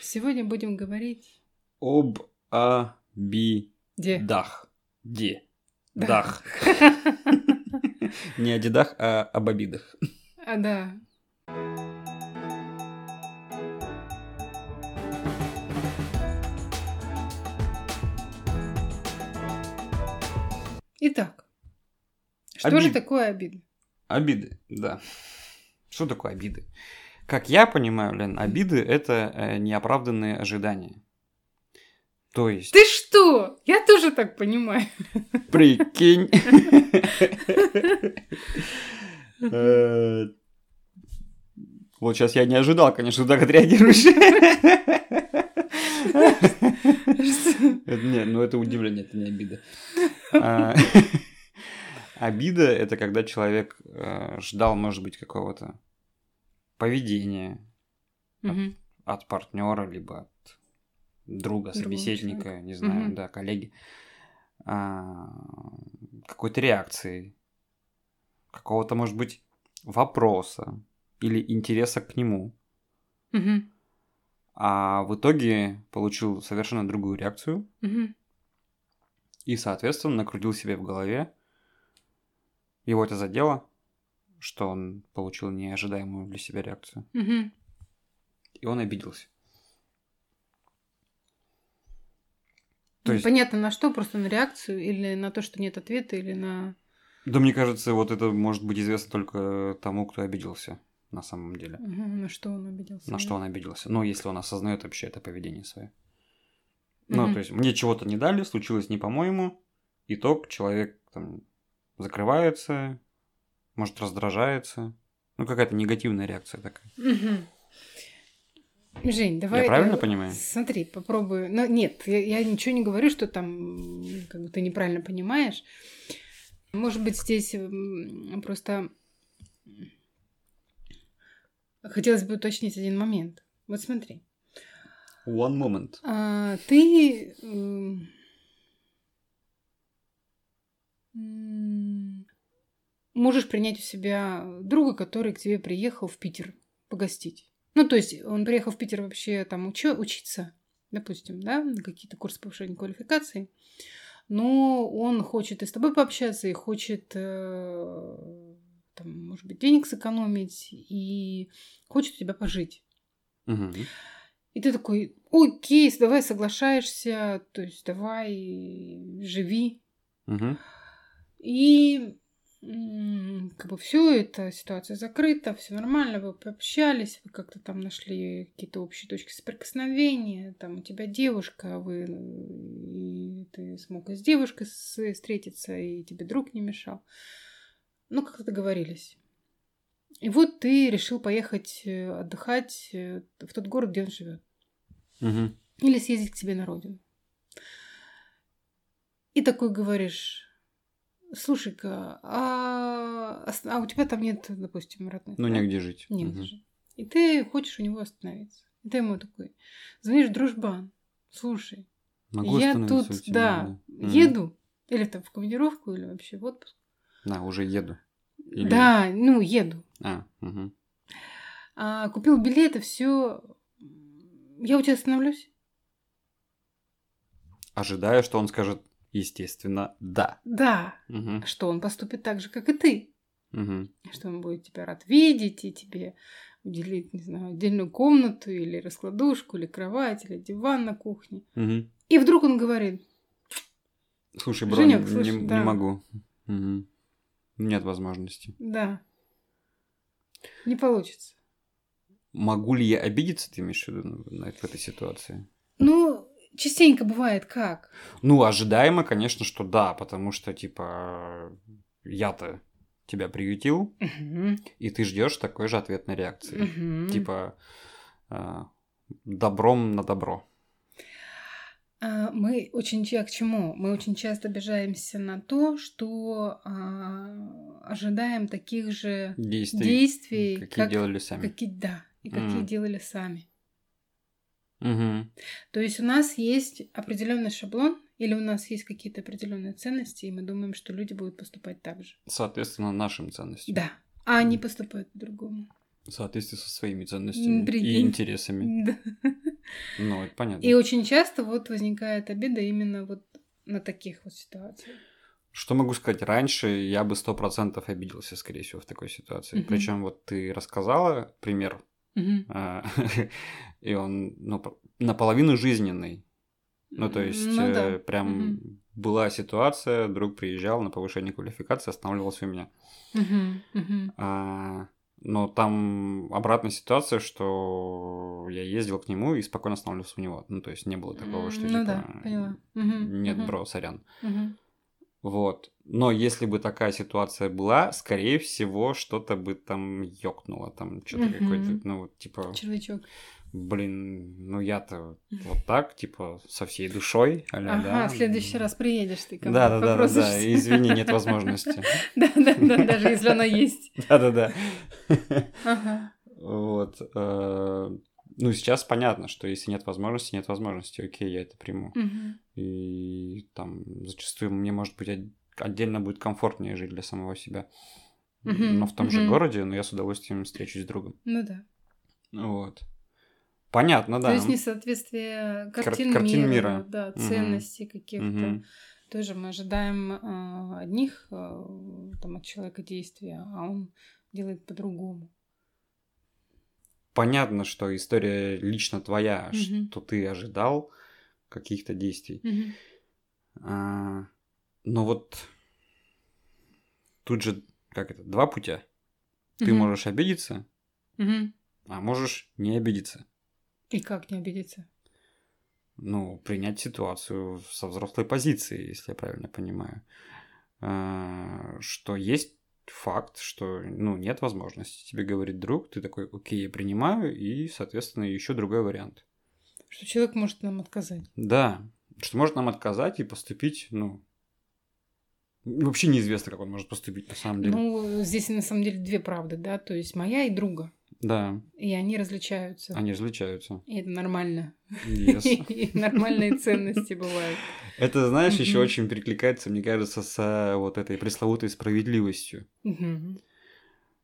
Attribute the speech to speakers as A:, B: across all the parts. A: Сегодня будем говорить...
B: Об а би
A: Где?
B: дах. Де.
A: Да.
B: Дах. Не о дедах, а об обидах.
A: А, да. Итак, что же
B: Обиды.
A: такое обида?
B: Обиды, да. Что такое обиды? Как я понимаю, Лен, обиды это э, неоправданные ожидания. То есть,
A: Ты что? Я тоже так понимаю.
B: прикинь. Э, Вот сейчас я не ожидал, конечно, так отреагируешь. Это Не, ну это удивление, это не обида. А, Обида – это когда человек э, ждал, может быть, какого-то поведения
A: Мгм.
B: от партнера, либо от друга, собеседника, не знаю,
A: Мгм.
B: да, коллеги, А, какой-то реакции, какого-то, может быть, вопроса или интереса к нему.
A: Мгм.
B: А в итоге получил совершенно другую реакцию,
A: Мгм.
B: И, соответственно, накрутил себе в голове. Его это задело, что он получил неожидаемую для себя реакцию.
A: Мгм.
B: И он обиделся.
A: Ну,
B: То есть,
A: Непонятно на что, просто на реакцию или на то, что нет ответа, или на...
B: да мне кажется, вот это может быть известно только тому, кто обиделся на самом деле.
A: Мгм, на что он обиделся.
B: На
A: да?
B: что он обиделся. Ну, если он осознает вообще это поведение свое. Ну,
A: Мгм.
B: то есть, мне чего-то не дали, случилось не по-моему. Итог, человек там закрывается, может, раздражается. Ну, какая-то негативная реакция такая.
A: Мгм. Жень, давай...
B: Я правильно
A: э,
B: понимаю?
A: Смотри, попробую. Но нет, я, я ничего не говорю, что там м, как бы ты неправильно понимаешь. Может быть, здесь м, просто хотелось бы уточнить один момент. Вот смотри,
B: One moment.
A: а, ты м, м, можешь принять у себя друга, который к тебе приехал в Питер погостить. Ну, то есть он приехал в Питер вообще там учё- учиться, допустим, да, на какие-то курсы повышения квалификации. Но он хочет и с тобой пообщаться, и хочет, э, там, может быть, денег сэкономить, и хочет у тебя пожить.
B: Мгм.
A: И ты такой, окей, с- давай соглашаешься, то есть давай живи.
B: Мгм.
A: И м, как бы все это, ситуация закрыта, все нормально, вы пообщались, вы как-то там нашли какие-то общие точки соприкосновения, там у тебя девушка, а вы и ты смог и с девушкой с- встретиться, и тебе друг не мешал. Ну, как-то договорились. И вот ты решил поехать э, отдыхать э, в тот город, где он живет.
B: Мгм.
A: Или съездить к себе на родину. И такой говоришь, слушай-ка, а, ос- а у тебя там нет, допустим, родных?
B: Ну,
A: да?
B: негде жить.
A: Негде
B: Мгм.
A: же. И ты хочешь у него остановиться. И ты ему такой, звонишь, дружбан, слушай,
B: Могу
A: я
B: остановиться
A: тут,
B: у тебя,
A: да,
B: Мгм.
A: еду, или там в командировку, или вообще в отпуск.
B: Да, уже еду. Или-
A: Да, ну, еду.
B: А, мгм.
A: А, купил билеты, все. Я у тебя остановлюсь?
B: Ожидаю, что он скажет, естественно, да.
A: Да.
B: Мгм.
A: Что он поступит так же, как и ты.
B: Мгм.
A: что он будет тебя рад видеть и тебе уделит, не знаю, отдельную комнату или раскладушку, или кровать, или диван на кухне.
B: Мгм.
A: И вдруг он говорит,
B: Слушай, бро,
A: Женек,
B: не,
A: слушай,
B: не- не
A: да.
B: могу. Мгм. Нет возможности.
A: да, не получится.
B: Могу ли я обидеться, ты имеешь в виду, ну, на- в этой ситуации?
A: Ну, частенько бывает как.
B: Ну, ожидаемо, конечно, что да, потому что, типа, я-то тебя приютил, и ты ждешь такой же ответной реакции. типа э, добром на добро.
A: А, Мы очень ча- к чему? Мы очень часто обижаемся на то, что а, ожидаем таких же
B: Действий,
A: действий,
B: какие
A: как-
B: делали сами.
A: какие- да, и какие
B: М.
A: делали сами.
B: Мгм.
A: То есть у нас есть определенный шаблон, или у нас есть какие-то определенные ценности, и мы думаем, что люди будут поступать так же.
B: Соответственно, нашим ценностям.
A: Да. А они поступают по-другому.
B: В соответствии со своими ценностями
A: М,
B: и
A: прикинь.
B: интересами.
A: Да.
B: Ну, это понятно.
A: И очень часто вот возникает обида именно вот на таких вот ситуациях.
B: Что могу сказать? Раньше я бы сто процентов обиделся, скорее всего, в такой ситуации.
A: Мгм.
B: Причем вот ты рассказала пример,
A: Мгм.
B: а, и он ну, п- наполовину жизненный. Ну, то есть,
A: Ну да.
B: э, прям была ситуация, друг приезжал на повышение квалификации, останавливался у меня.
A: Мгм. Мгм.
B: А, но там обратная ситуация, что я ездил к нему и спокойно останавливался у него. Ну, то есть, не было такого, что
A: Ну
B: типа,
A: да, поняла. Мгм.
B: Нет,
A: Мгм.
B: бро, сорян.
A: Мгм.
B: Вот. Но если бы такая ситуация была, скорее всего, что-то бы там ёкнуло, там что-то
A: Мгм.
B: какое-то, ну, вот, типа,
A: Червячок.
B: блин, ну я-то вот так, типа, со всей душой, а-ля,
A: Ага,
B: да.
A: в следующий раз приедешь ты ко мне,
B: Да, да, да, да, да,
A: попросишься.
B: извини, нет возможности.
A: Да, да, да, даже если она есть.
B: Да, да, да.
A: Ага.
B: Вот. э, Ну, сейчас понятно, что если нет возможности, нет возможности, окей, я это приму.
A: Мгм.
B: И там зачастую мне, может быть, од- отдельно будет комфортнее жить для самого себя.
A: Мгм,
B: Но в том же
A: мгм.
B: городе, но я с удовольствием встречусь с другом.
A: Ну да.
B: Вот. Понятно, да.
A: То есть несоответствие картин,
B: картин
A: мира,
B: мира.
A: да,
B: Мгм.
A: ценностей каких-то.
B: Мгм.
A: Тоже мы ожидаем а, одних а, там, от человека действия, а он делает по-другому.
B: Понятно, что история лично твоя,
A: Мгм.
B: что ты ожидал каких-то действий.
A: Мгм.
B: А, но вот тут же, как это, два путя. Ты
A: Мгм.
B: можешь обидеться,
A: Мгм.
B: а можешь не обидеться.
A: И как не обидеться?
B: Ну, принять ситуацию в- со взрослой позиции, если я правильно понимаю. А, Что есть факт, что ну, нет возможности. Тебе говорит друг, ты такой, окей, я принимаю, и, соответственно, еще другой вариант.
A: Что человек может нам отказать.
B: Да, что может нам отказать и поступить, ну, вообще неизвестно, как он может поступить на самом деле.
A: Ну, здесь на самом деле две правды, да, то есть моя и друга.
B: Да,
A: И они различаются.
B: они различаются.
A: И это нормально.
B: Yes.
A: И нормальные ценности бывают.
B: Это, знаешь, еще
A: Мгм.
B: очень перекликается, мне кажется, с э, вот этой пресловутой справедливостью.
A: Мгм.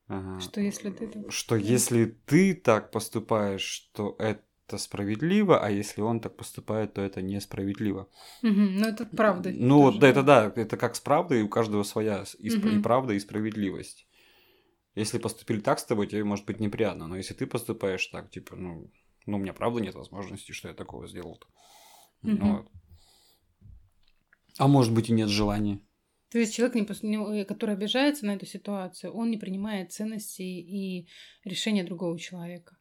B: А,
A: Что если ты так-
B: Что
A: да.
B: если ты так поступаешь, то это справедливо, а если он так поступает, то это несправедливо.
A: Мгм. Ну, это правда.
B: Ну,
A: тоже,
B: вот да, это да, это как с правдой, у каждого своя с- и, сп- и
A: Мгм.
B: правда, и справедливость. Если поступили так с тобой, тебе может быть неприятно, но если ты поступаешь так, типа, ну, ну у меня правда нет возможности, что я такого сделал.
A: Мгм.
B: А может быть и нет желания.
A: То есть человек, не пос- не- э, который обижается на эту ситуацию, он не принимает ценности и решения другого человека.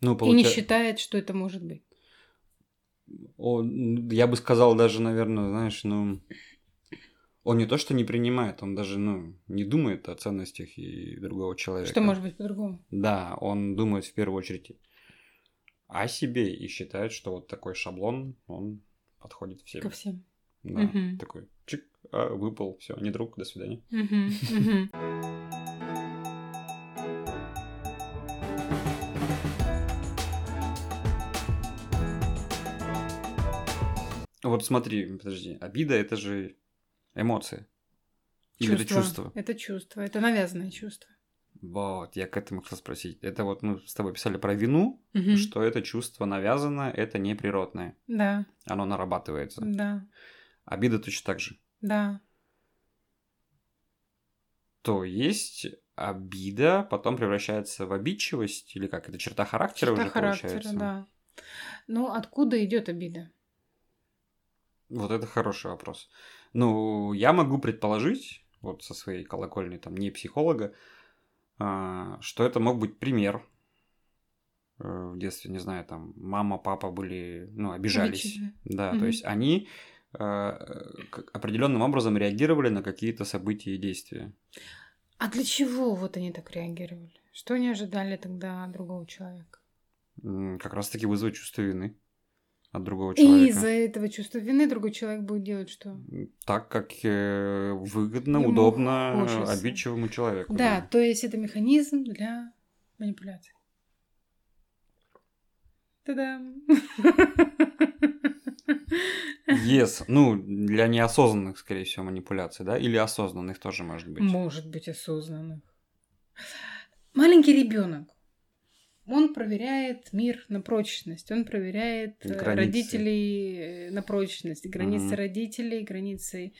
B: Ну,
A: И не
B: получа-
A: считает, что это может быть.
B: он, я бы сказал даже, наверное, знаешь, ну, он не то что не принимает, он даже, ну, не думает о ценностях и другого человека.
A: Что может быть по-другому?
B: Да, он думает в первую очередь о себе и считает, что вот такой шаблон, он подходит всем.
A: Ко всем.
B: Да,
A: Мгм.
B: такой чик, а, выпал, все, не друг, до свидания.
A: Мгм, мгм.
B: Вот смотри, подожди, обида это же эмоции. Или это чувство?
A: Это чувство. Это навязанное чувство.
B: Вот, я к этому хотел спросить. Это вот мы с тобой писали про вину,
A: Мгм.
B: Ну что это чувство навязано, это не природное.
A: Да,
B: Оно нарабатывается.
A: да,
B: Обида точно так же.
A: да.
B: То есть обида потом превращается в обидчивость, или как? Это черта характера
A: Черта
B: уже
A: характера,
B: получается?
A: да. Ну, откуда идет обида?
B: Вот это хороший вопрос. Ну, я могу предположить, вот со своей колокольни, там, не психолога, а, что это мог быть пример. Э, В детстве, не знаю, там, мама, папа были, ну, обижались.
A: Обидчивые.
B: Да, то
A: Мгм.
B: есть они э, к- определенным образом реагировали на какие-то события и действия.
A: А для чего вот они так реагировали? Что они ожидали тогда от другого человека?
B: М, Как раз-таки вызвать чувство вины от другого
A: И
B: человека.
A: из-за этого чувства вины другой человек будет делать что?
B: Так, как э, выгодно,
A: Ему
B: удобно
A: хочется.
B: обидчивому человеку.
A: Да, то есть это механизм для манипуляции. Та-дам!
B: Yes. Ну, для неосознанных, скорее всего, манипуляций, да? Или осознанных тоже может быть.
A: Может быть, осознанных. Маленький ребенок Он проверяет мир на прочность, он проверяет э,
B: Границы.
A: родителей э, на прочность, границы
B: Мгм.
A: родителей, границы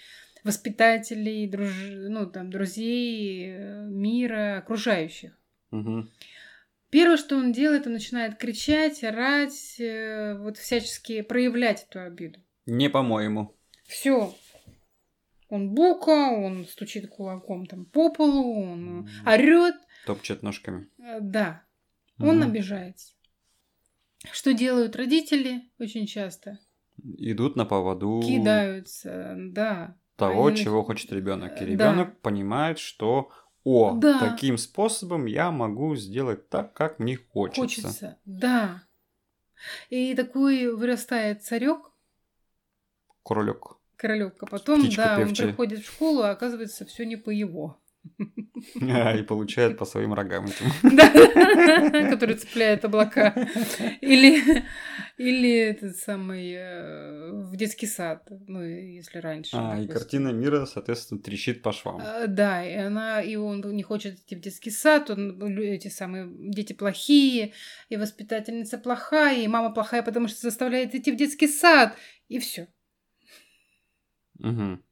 A: воспитателей, друж... ну, там, друзей, э, мира, окружающих.
B: Мгм.
A: Первое, что он делает, он начинает кричать, орать, э, вот всячески проявлять эту обиду.
B: Не по-моему.
A: Все. Он бука, он стучит кулаком там по полу, он
B: Мгм.
A: орет.
B: Топчет ножками.
A: Да, он
B: Мгм.
A: обижается. Что делают родители очень часто?
B: Идут на поводу
A: Кидаются, да.
B: того,
A: Они-
B: чего хочет ребенок. И
A: Э,
B: ребенок понимает, что о,
A: Да.
B: таким способом я могу сделать так, как мне хочется.
A: Хочется. да. И такой вырастает царек,
B: Кролик.
A: королек, а потом,
B: Птичка
A: да,
B: певчая.
A: он приходит в школу, а оказывается, все не по его.
B: И получает по своим рогам этим.
A: Да, который цепляет облака. Или, или этот самый э, в детский сад, ну, если раньше.
B: А, и
A: допустим.
B: картина мира, соответственно, трещит по швам.
A: Э, Да, и она, и он не хочет идти в детский сад, он лю- эти самые дети плохие, и воспитательница плохая, и мама плохая, потому что заставляет идти в детский сад, и все.
B: Мгм.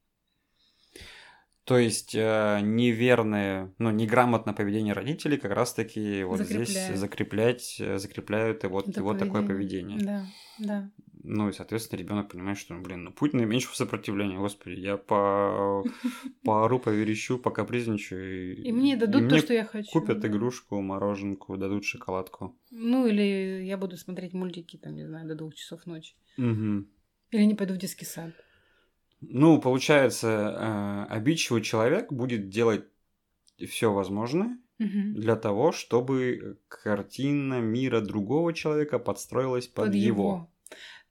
B: То есть э, неверное, ну, неграмотное поведение родителей как раз-таки вот здесь
A: Закрепляют.
B: закреплять, э, закрепляют и вот, и вот такое поведение.
A: Да, да.
B: Ну и, соответственно, ребенок понимает, что, ну, блин, ну путь наименьшего сопротивления, господи, я по... поору, поверещу, покапризничаю.
A: И мне дадут то,
B: мне
A: что я хочу.
B: Купят
A: да.
B: игрушку, мороженку, дадут шоколадку.
A: Ну, или я буду смотреть мультики, там, не знаю, до двух часов ночи.
B: Мгм.
A: Или не пойду в детский сад.
B: Ну, получается, э, обидчивый человек будет делать все возможное
A: Мгм.
B: для того, чтобы картина мира другого человека подстроилась под, его.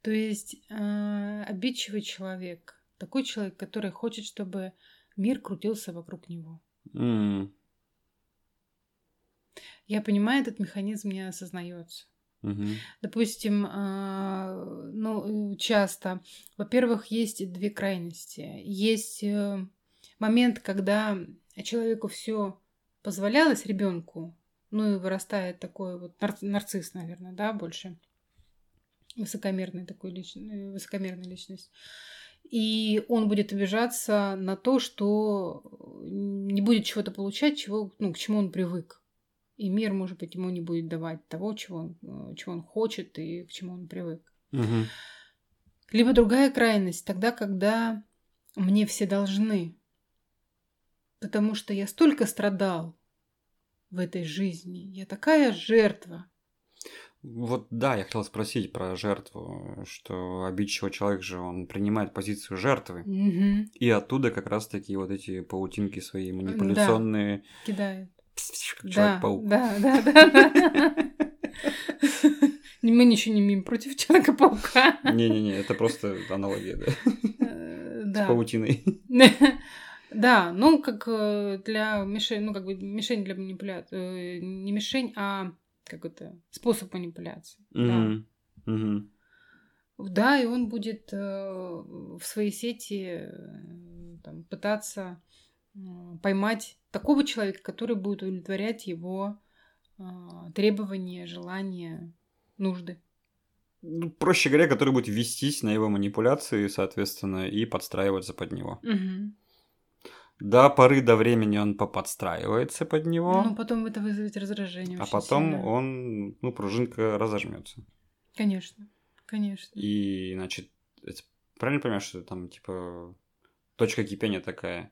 A: То есть э, обидчивый человек, такой человек, который хочет, чтобы мир крутился вокруг него.
B: М,
A: Я понимаю, этот механизм не осознается.
B: мгм.
A: Допустим, а, ну, э, часто, во-первых, есть две крайности. Есть э, момент, когда человеку все позволялось ребенку, ну и вырастает такой вот нар- нарцисс, наверное, да, больше высокомерный такой лич- э, высокомерная личность. И он будет обижаться на то, что э, не будет чего-то получать, чего, ну, к чему он привык. И мир, может быть, ему не будет давать того, чего он, э, чего он хочет и к чему он привык.
B: Мгм.
A: Либо другая крайность, тогда, когда мне все должны. Потому что я столько страдал в этой жизни. Я такая жертва.
B: Вот да, я хотел спросить про жертву, что обидчивый человек же, он принимает позицию жертвы,
A: Мгм.
B: и оттуда как раз-таки вот эти паутинки свои манипуляционные.
A: Кидает.
B: Пс, как
A: Да,
B: Человек-паук.
A: да, да, да. Мы ничего не имеем против Человека-паука.
B: Не-не-не, это просто аналогия, да,
A: Э,
B: с
A: Да.
B: паутиной.
A: Да, ну как э, для мишень, ну как бы мишень для манипуляции, не мишень, а как это способ манипуляции. Да.
B: Мгм. Мгм.
A: Да, и он будет э, в своей сети э, там, пытаться э, поймать такого человека, который будет удовлетворять его э, требования, желания, нужды.
B: Ну, проще говоря, который будет вестись на его манипуляции, соответственно, и подстраиваться под него. До поры до времени он поподстраивается под него,
A: Но Ну, потом это вызовет раздражение.
B: а
A: очень
B: потом
A: сильное.
B: он, ну, пружинка разожмется.
A: Конечно, конечно.
B: И, значит, это- правильно понимаешь, что там, типа, точка кипения такая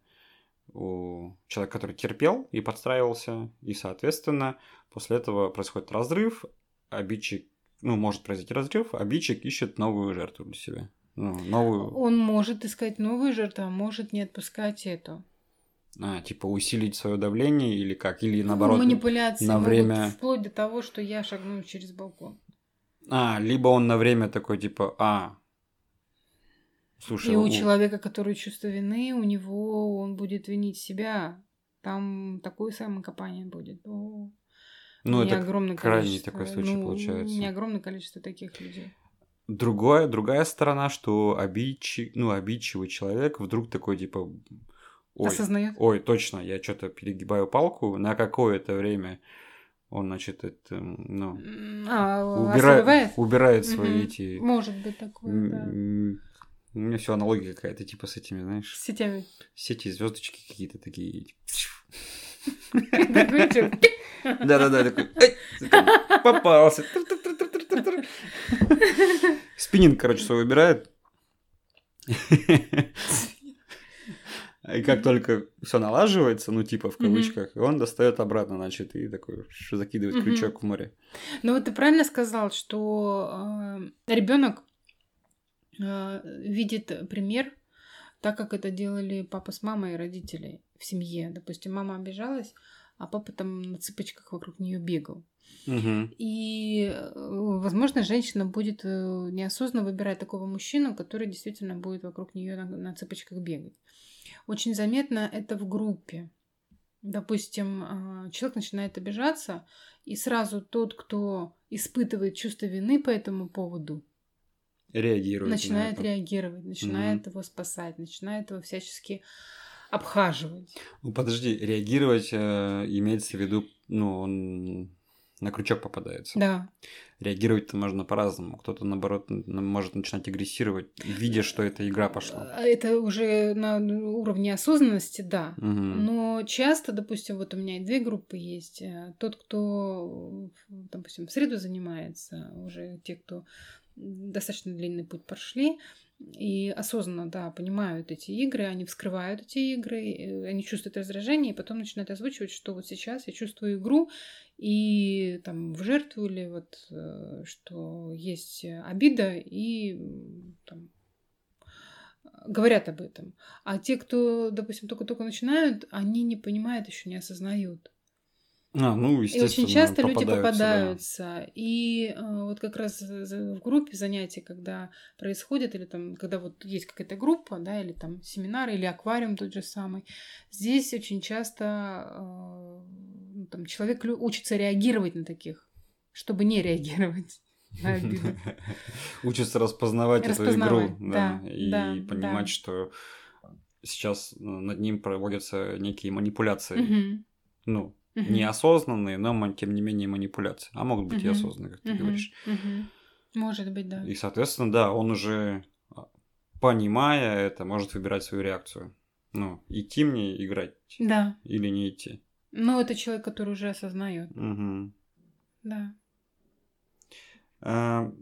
B: у человека, который терпел и подстраивался, и, соответственно, после этого происходит разрыв, обидчик, ну, может произойти разрыв, обидчик ищет новую жертву для себя. Ну, новую...
A: Он может искать новую жертву, а может не отпускать эту.
B: А, типа усилить свое давление или как? Или наоборот.
A: Ну, манипуляции
B: на
A: могут
B: время-
A: вплоть до того, что я шагну через балкон.
B: А, либо он на время такой, типа, а. Слушай,
A: И
B: у-
A: у человека, который чувство вины, у него он будет винить себя. Там такое самокопание будет. О,
B: ну,
A: у меня
B: это
A: огромное
B: крайний
A: количество-
B: такой случай
A: ну,
B: получается.
A: У меня огромное количество таких людей.
B: Другое, другая сторона, что обидчи... ну, обидчивый человек вдруг такой, типа, ой,
A: Осознает?
B: ой, точно, я что-то перегибаю палку на какое-то время. Он, значит, это, ну,
A: А, вас
B: убирает,
A: убивает?
B: убирает свои
A: Мгм.
B: эти...
A: Может быть такое, да.
B: м, У меня все аналогия какая-то, типа с этими, знаешь,
A: С сетями.
B: все эти звездочки какие-то такие.
A: Выключил.
B: Да-да-да, такой, «Эй!» Такой, попался. Тур-тур-тур-тур-тур-тур. Спиннинг, короче, свой выбирает. И как только все налаживается, ну, типа в
A: Мгм.
B: кавычках, и он достает обратно, значит, и такой ш- закидывает
A: Мгм.
B: крючок в море.
A: Ну вот ты правильно сказал, что ребенок видит пример, так как это делали папа с мамой и родители в семье. Допустим, мама обижалась, а папа там на цыпочках вокруг нее бегал.
B: Мгм.
A: И, э, возможно, женщина будет э, неосознанно выбирать такого мужчину, который действительно будет вокруг нее на, на цыпочках бегать. Очень заметно это в группе. Допустим, а, человек начинает обижаться, и сразу тот, кто испытывает чувство вины по этому поводу,
B: Реагирует. на
A: начинает
B: это.
A: реагировать, начинает его спасать, начинает его всячески обхаживать.
B: Ну, подожди, реагировать э, имеется в виду, ну, он на крючок попадается.
A: Да.
B: Реагировать-то можно по-разному. Кто-то, наоборот, н- может начинать агрессировать, видя, что эта игра пошла.
A: А Это уже на уровне осознанности, да.
B: Мгм.
A: Но часто, допустим, вот у меня и две группы есть. Э, Тот, кто, м, допустим, в среду занимается, уже те, кто достаточно длинный путь прошли, и осознанно, да, понимают эти игры, они вскрывают эти игры, э, они чувствуют раздражение, и потом начинают озвучивать, что вот сейчас я чувствую игру, и там в жертву или вот, э, что есть э, обида, и м, там говорят об этом. А те, кто, допустим, только-только начинают, они не понимают, еще не осознают.
B: А, ну,
A: И
B: естественно,
A: очень часто люди
B: попадаются, да.
A: попадаются. И э, вот как раз за- в группе занятий, когда происходит, или там, когда вот есть какая-то группа, да, или там семинар, или аквариум тот же самый, здесь очень часто э, ну, там, человек лю- учится реагировать на таких, чтобы не реагировать на обиду.
B: Учатся распознавать эту
A: Распознавать,
B: игру, да,
A: да,
B: и
A: да, да.
B: понимать, что сейчас э, над ним проводятся некие манипуляции.
A: Мгм.
B: Ну,
A: Мгм.
B: неосознанные, но ман- тем не менее манипуляции. А могут быть и
A: Мгм.
B: осознанные, как ты
A: Мгм.
B: говоришь.
A: Мгм. Может быть, да.
B: И, соответственно, да, он уже, а, понимая это, может выбирать свою реакцию. Ну, идти мне играть
A: Да.
B: или не идти.
A: Но это человек, который уже осознает,
B: Мгм.
A: да.
B: А,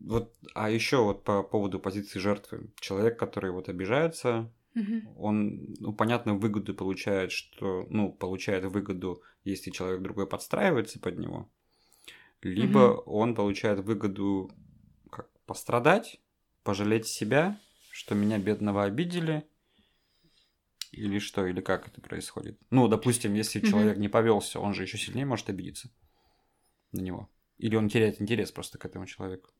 B: вот, а еще вот по поводу позиции жертвы. Человек, который вот обижается,
A: Мгм.
B: он, ну, понятно, выгоду получает, что, ну, получает выгоду, если человек другой подстраивается под него, либо он получает выгоду как пострадать, пожалеть себя, что меня бедного обидели, или что, или как это происходит. Ну, допустим, если
A: Мгм.
B: человек не повелся, он же еще сильнее может обидеться на него. Или он теряет интерес просто к этому человеку.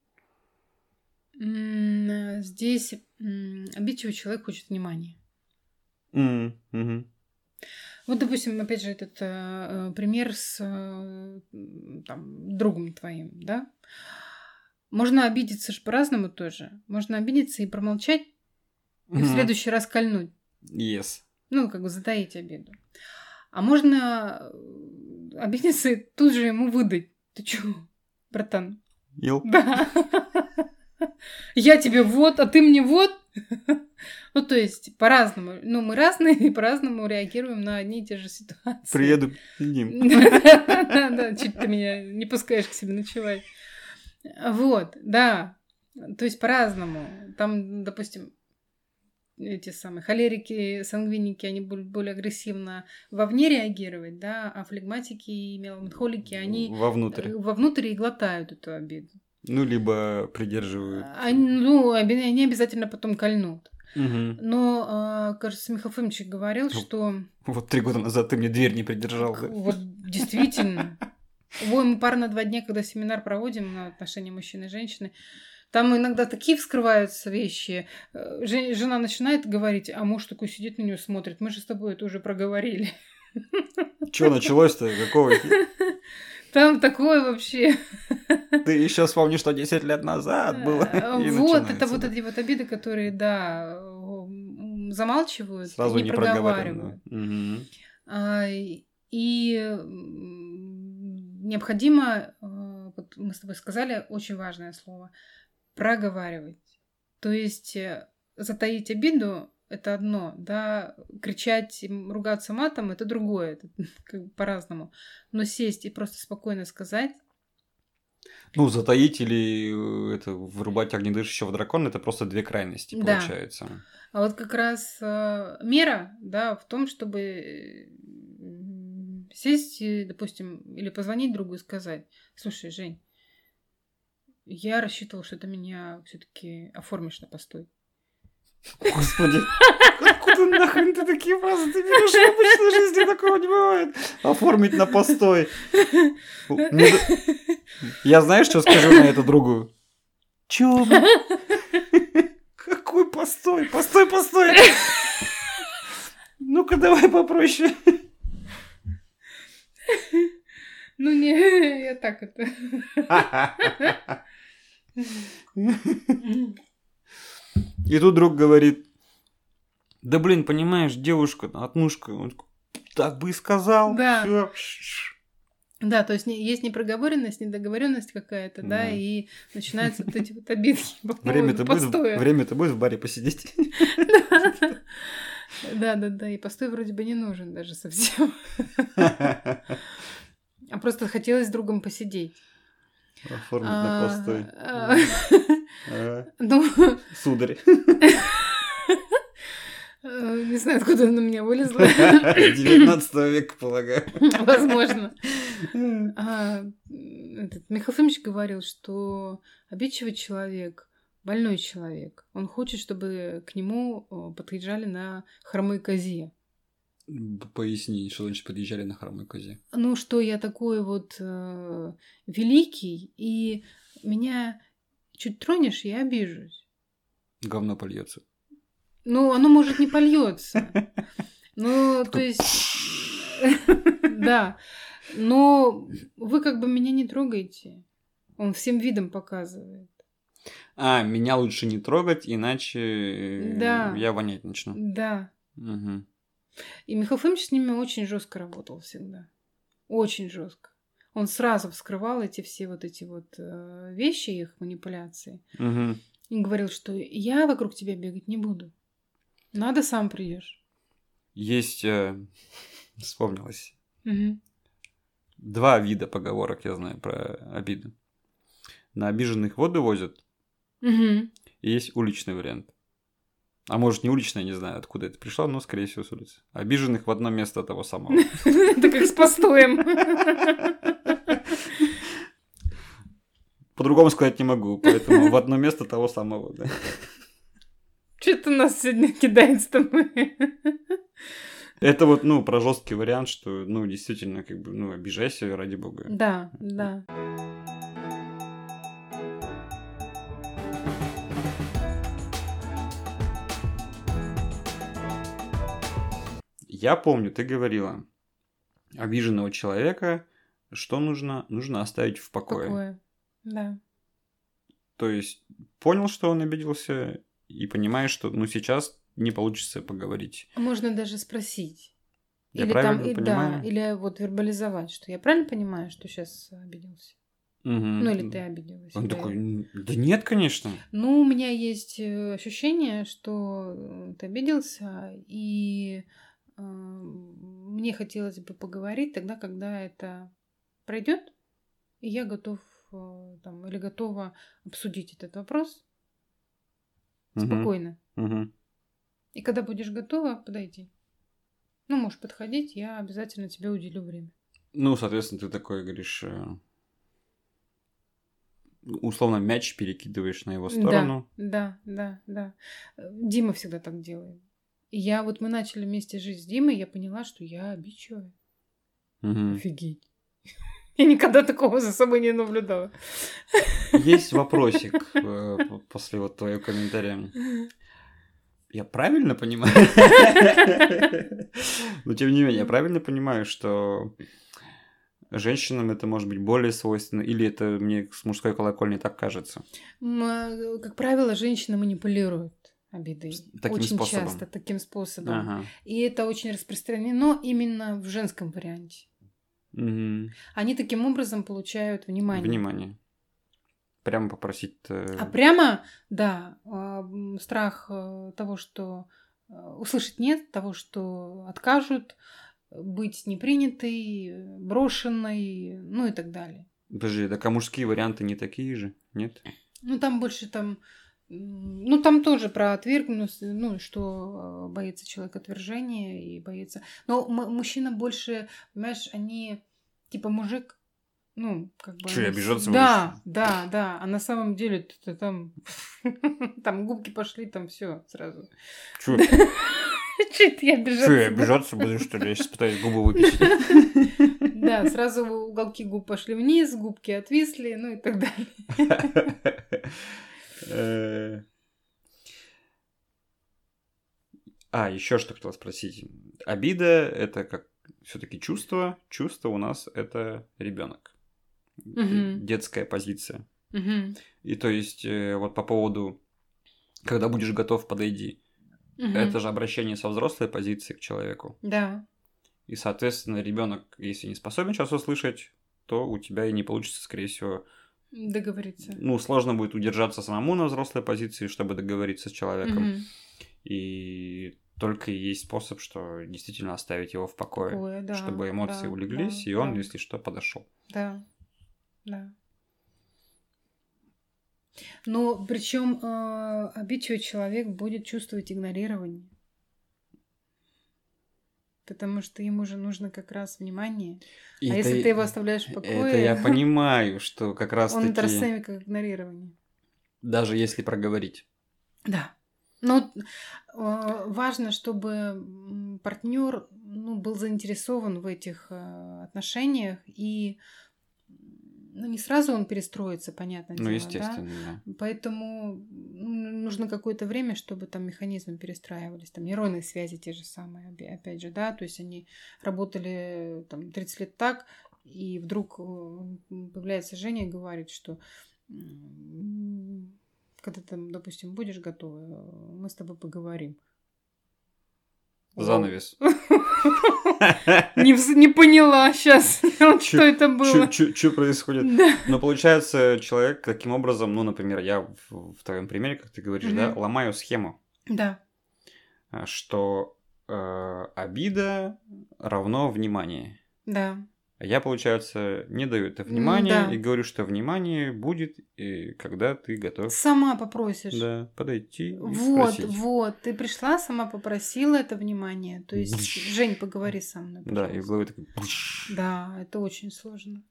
A: М, э, Здесь м, обидчивый человек хочет внимания. Вот, допустим, опять же, этот э, э, пример с э, м, там, другом твоим, да? Можно обидеться же по-разному тоже. Можно обидеться и промолчать, и в
B: Мгм.
A: следующий раз кольнуть.
B: Yes.
A: Ну, как бы затаить обиду. А можно э, обидеться и тут же ему выдать. Ты чё, братан?
B: Ил.
A: Да. Я тебе вот, а ты мне вот. Ну, то есть, по-разному. Ну, мы разные и по-разному реагируем на одни и те же ситуации.
B: Приеду к ним.
A: Да-да-да, чуть ты меня не пускаешь к себе ночевать. Вот, да. То есть, по-разному. Там, допустим, эти самые холерики, сангвиники, они будут более агрессивно вовне реагировать, да, а флегматики и меланхолики, они
B: Вовнутрь.
A: э, вовнутрь и глотают эту обиду.
B: Ну, либо придерживают.
A: Они, ну, оби- они обязательно потом кольнут.
B: Мгм.
A: Но, а, кажется, Михафымчик говорил,
B: Ну,
A: что
B: Вот три года назад ты мне дверь не придержал. да?
A: вот действительно, ой, мы пар на два дня, когда семинар проводим на отношения мужчины и женщины, там иногда такие вскрываются вещи. Э, жен- Жена начинает говорить, а муж такой сидит на нее смотрит. Мы же с тобой это уже проговорили.
B: Чё началось-то? Какого? хи-
A: Там такое вообще.
B: Ты еще вспомни, что 10 лет назад было. И
A: Э, Вот,
B: начинается,
A: это вот
B: да.
A: эти вот обиды, которые, да, м, замалчивают,
B: Сразу
A: не
B: не проговариваю.
A: проговаривают. А, И м, необходимо, а, вот мы с тобой сказали очень важное слово, проговаривать. То есть э, затаить обиду – это одно, да, кричать, ругаться матом – это другое, это как бы по-разному. Но сесть и просто спокойно сказать
B: ну, затаить или э, это, вырубать огнедышащего дракона это просто две крайности,
A: Да.
B: получается.
A: А вот как раз э, мера, да, в том, чтобы э, м, сесть, и, допустим, или позвонить другу и сказать, слушай, Жень, я рассчитывал, что ты меня все-таки оформишь на постой.
B: Господи. Откуда нахрен ты такие фразы ты берешь? В обычной жизни такого не бывает. Оформить на постой. Не д- Я знаешь, что скажу на это другу? Чё? бля? Какой постой? Постой, постой! Ну-ка, давай попроще.
A: Ну, не, я так это...
B: И тут друг говорит, да блин, понимаешь, девушка, отмушка, Он такой, так бы и сказал.
A: Да.
B: всё».
A: Да, то есть не- есть непроговоренность, недоговоренность какая-то, да,
B: Да.
A: и начинаются вот эти вот обидки по поводу
B: Время-то будет,
A: постоя.
B: время-то будет в баре посидеть.
A: Да, да, да, и постой вроде бы не нужен даже совсем. А просто хотелось с другом посидеть.
B: Оформить на
A: А,
B: постой.
A: а,
B: А,
A: Ну,
B: Сударь.
A: э, не знаю, откуда она у меня вылезла.
B: 19 века, полагаю.
A: Возможно. А, этот Михаил Фомич говорил, что обидчивый человек, больной человек, он хочет, чтобы к нему э, подъезжали на хромой козе.
B: Поясни, что значит подъезжали на хромой козе.
A: ну что я такой вот э, великий, и меня чуть тронешь, я обижусь.
B: Говно польется.
A: Ну, оно, может, не польется. Ну, то есть, да. Но вы как бы меня не трогаете. Он всем видом показывает.
B: А, меня лучше не трогать, иначе э,
A: Да.
B: я вонять начну.
A: Да.
B: Мгм.
A: И Михаил Фомич с ними очень жестко работал всегда. Очень жестко. Он сразу вскрывал эти все вот эти вот э, вещи, их манипуляции.
B: Мгм.
A: И говорил, что я вокруг тебя бегать не буду. Надо сам придешь.
B: Есть, э, вспомнилось, два вида поговорок я знаю про обиды. На обиженных воду возят, и есть уличный вариант. А может, не уличный, я не знаю, откуда это пришло, но, скорее всего, с улицы. Обиженных в одно место того самого.
A: Это как с постоем.
B: По-другому сказать не могу, поэтому в одно место того самого. да.
A: Что-то нас сегодня кидает с тобой.
B: Это вот, ну, про жесткий вариант, что, ну, действительно, как бы, ну, обижайся, ради бога.
A: Да, да.
B: Я помню, ты говорила обиженного человека, что нужно? Нужно оставить в покое.
A: Какое? Да.
B: То есть понял, что он обиделся, и понимаешь, что ну сейчас не получится поговорить.
A: Можно даже спросить.
B: Я
A: или
B: правильно
A: там, и- да,
B: понимаю?
A: или вот вербализовать, что я правильно понимаю, что сейчас обиделся?
B: Мгм.
A: Ну, или ты обиделась.
B: Он
A: или-
B: такой, «Н- да нет, конечно.
A: Ну, у меня есть э, ощущение, что э, ты обиделся, и э, мне хотелось бы поговорить тогда, когда это пройдет, и я готов э, там, или готова обсудить этот вопрос
B: Мгм.
A: спокойно.
B: Мгм.
A: И когда будешь готова, подойди. Ну, можешь подходить, я обязательно тебе уделю время.
B: Ну, соответственно, ты такой говоришь, э, условно мяч перекидываешь на его
A: Да.
B: сторону.
A: Да, да, да. Э, Дима всегда так делает. И Я вот мы начали вместе жить с Димой, я поняла, что я обидчивая.
B: Мгм.
A: Офигеть. Я никогда такого за собой не наблюдала.
B: Есть вопросик э, п- после вот твоего комментария. Я правильно понимаю? Но тем не менее,
A: Ну.
B: я правильно понимаю, что женщинам это может быть более свойственно, или это мне с мужской колокольни так кажется?
A: М, э, Как правило, женщины манипулируют обидой.
B: С- таким
A: очень
B: способом.
A: часто таким способом.
B: Ага.
A: И это очень распространено именно в женском варианте.
B: Мгм.
A: Они таким образом получают внимание.
B: Внимание. Прямо попросить... э,
A: А прямо, да, а, м, страх э, того, что э, услышать нет, того, что откажут, э, быть непринятой, э, брошенной, ну и так далее.
B: Подожди, так а мужские варианты не такие же? Нет?
A: Ну там больше там, м, ну там тоже про отвергнутость, ну что э, боится человек отвержения и боится. Но м- мужчина больше, понимаешь, они типа мужик, ну как бы.
B: Чё,
A: они-
B: и обижаться
A: Да,
B: будешь?
A: да, да. А на самом деле ты там, там губки пошли, там все сразу.
B: Чё,
A: Че это я обижаться?
B: чё, я обижаться буду, что ли? Я сейчас пытаюсь губы выпить.
A: Да, сразу уголки губ пошли вниз, губки отвисли, ну и так далее.
B: Э, А, еще что хотел спросить. Обида это как все-таки чувство. Чувство у нас это ребенок.
A: Мгм.
B: Детская позиция.
A: Мгм.
B: И то есть, э, вот по поводу, когда будешь готов, подойди.
A: Мгм.
B: Это же обращение со взрослой позиции к человеку.
A: Да.
B: И, соответственно, ребенок, если не способен сейчас услышать, то у тебя и не получится, скорее всего.
A: Договориться.
B: Ну, сложно будет удержаться самому на взрослой позиции, чтобы договориться с человеком.
A: Мгм.
B: И только есть способ, что действительно оставить его в покое,
A: Такое, да,
B: чтобы эмоции
A: да,
B: улеглись,
A: да,
B: и он,
A: да,
B: если что, подошел.
A: Да. Да. Но причем обидчивый человек будет чувствовать игнорирование. Потому что ему же нужно как раз внимание. а если ты его оставляешь в покое,
B: Это я понимаю, что как раз
A: он это
B: таки,
A: расценивает как игнорирование.
B: даже если проговорить.
A: Да. Но э, важно, чтобы партнер ну, был заинтересован в этих э, отношениях и ну, не сразу он перестроится, понятно.
B: Ну, естественно, да.
A: Поэтому ну, нужно какое-то время, чтобы там механизмы перестраивались, там нейронные связи те же самые, опя- опять же, да, то есть они работали э, там 30 лет так, и вдруг э, м, появляется Женя и говорит, что м, когда ты, там, допустим, будешь готова, э, мы с тобой поговорим.
B: Занавес.
A: Не, вз- не поняла сейчас,
B: Чё-
A: что это было.
B: Что происходит?
A: Да.
B: Но получается, человек таким образом, ну, например, я в, в твоем примере, как ты говоришь, да,
A: Мгм.
B: ломаю схему,
A: Да.
B: а, что э, обида равно внимание.
A: Да.
B: А Я, получается, не даю это
A: М,
B: внимание
A: да.
B: и говорю, что внимание будет, э, когда ты готов
A: Сама попросишь.
B: да, подойти и
A: Вот,
B: спросить.
A: вот, ты пришла, сама попросила это внимание. То есть,
B: Бдыщ.
A: Жень, поговори со мной.
B: Да, и в
A: пожалуйста».
B: голове такой... «Пш».
A: Да, это очень сложно.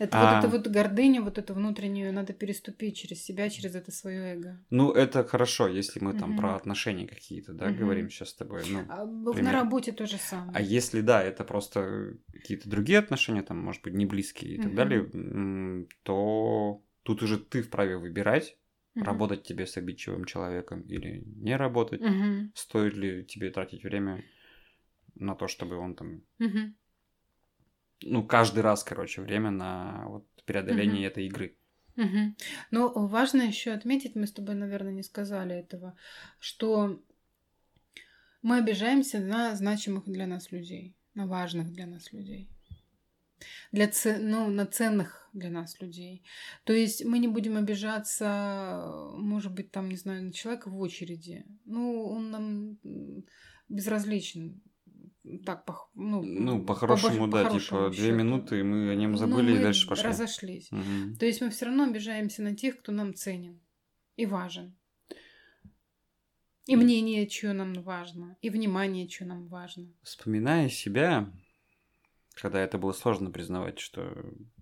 A: Это
B: А.
A: вот эта вот гордыня, вот эту внутреннюю надо переступить через себя, через это свое эго.
B: Ну, это хорошо, если мы там
A: Мгм.
B: про отношения какие-то, да,
A: Мгм.
B: говорим сейчас с тобой. Ну,
A: А в- на
B: Пример.
A: работе то же самое.
B: а если, да, это просто какие-то другие отношения, там, может быть, не близкие и так
A: Мгм.
B: далее, м, то тут уже ты вправе выбирать,
A: Мгм.
B: работать тебе с обидчивым человеком или не работать.
A: Мгм.
B: Стоит ли тебе тратить время на то, чтобы он там
A: Мгм.
B: ну, каждый раз, короче, время на вот преодоление этой игры.
A: Мгм. Но э, важно еще отметить, мы с тобой, наверное, не сказали этого, что мы обижаемся на значимых для нас людей, на важных для нас людей, для ц- ну, на ценных для нас людей. То есть мы не будем обижаться, может быть, там, не знаю, на человека в очереди. Ну, он нам м, безразличен. Так, пох- ну,
B: Ну,
A: по-
B: по-хорошему,
A: по-
B: да,
A: по-хорошему
B: типа две
A: счёту.
B: минуты, и мы о нем
A: Ну,
B: забыли и
A: мы
B: дальше пошли.
A: Разошлись.
B: Мгм.
A: То есть мы все равно обижаемся на тех, кто нам ценен и важен. И
B: Мгм.
A: мнение, чье нам важно, и внимание, чье нам важно.
B: Вспоминая себя, когда это было сложно признавать, что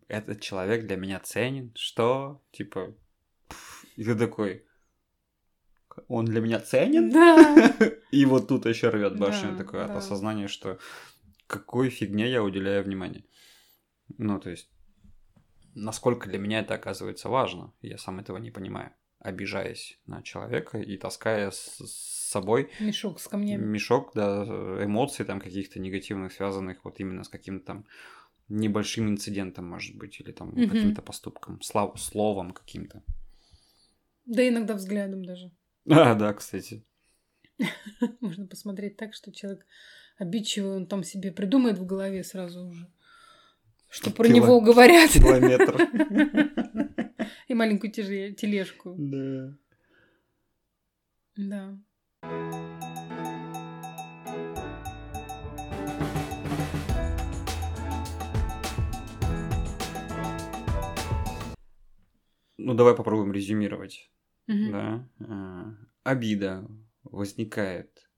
B: этот человек для меня ценен, что, типа, пф, и ты такой, он для меня ценен?
A: Да.
B: И вот тут еще рвет башню
A: Да,
B: такое от
A: да.
B: осознания, что какой фигне я уделяю внимание. Ну, то есть, насколько для меня это оказывается важно, я сам этого не понимаю, обижаясь на человека и таская с, с собой
A: Мешок с камнями.
B: мешок да, эмоций там каких-то негативных, связанных вот именно с каким-то там небольшим инцидентом, может быть, или там
A: Мгм.
B: каким-то поступком, слав- словом каким-то.
A: Да иногда взглядом даже.
B: А, да, кстати.
A: Можно посмотреть так, что человек обидчивый, он там себе придумает в голове сразу уже. что про него говорят.
B: Километр.
A: И маленькую теже- тележку.
B: Да.
A: Да.
B: Ну, давай попробуем резюмировать.
A: Мгм.
B: Да. А, Обида возникает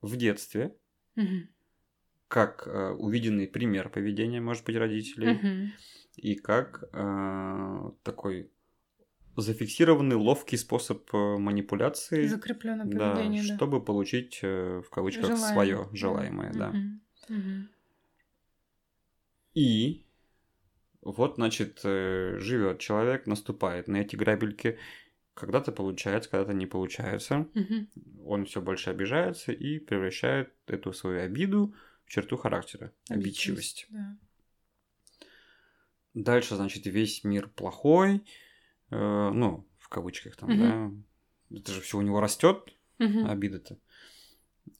B: в детстве,
A: Мгм.
B: как э, увиденный пример поведения, может быть, родителей,
A: Мгм.
B: и как э, такой зафиксированный ловкий способ э, манипуляции,
A: Закреплённое
B: да,
A: поведение, да.
B: чтобы получить э, в кавычках
A: Желаемое.
B: свое желаемое, да.
A: Мгм. Мгм.
B: И вот, значит, живет человек, наступает на эти грабельки. Когда-то получается, когда-то не получается.
A: Мгм.
B: Он все больше обижается и превращает эту свою обиду в черту характера. Обидчивость.
A: Да.
B: Дальше, значит, весь мир плохой. э, ну, в кавычках там,
A: Мгм.
B: да. Это же все у него растет,
A: Мгм.
B: А обида-то.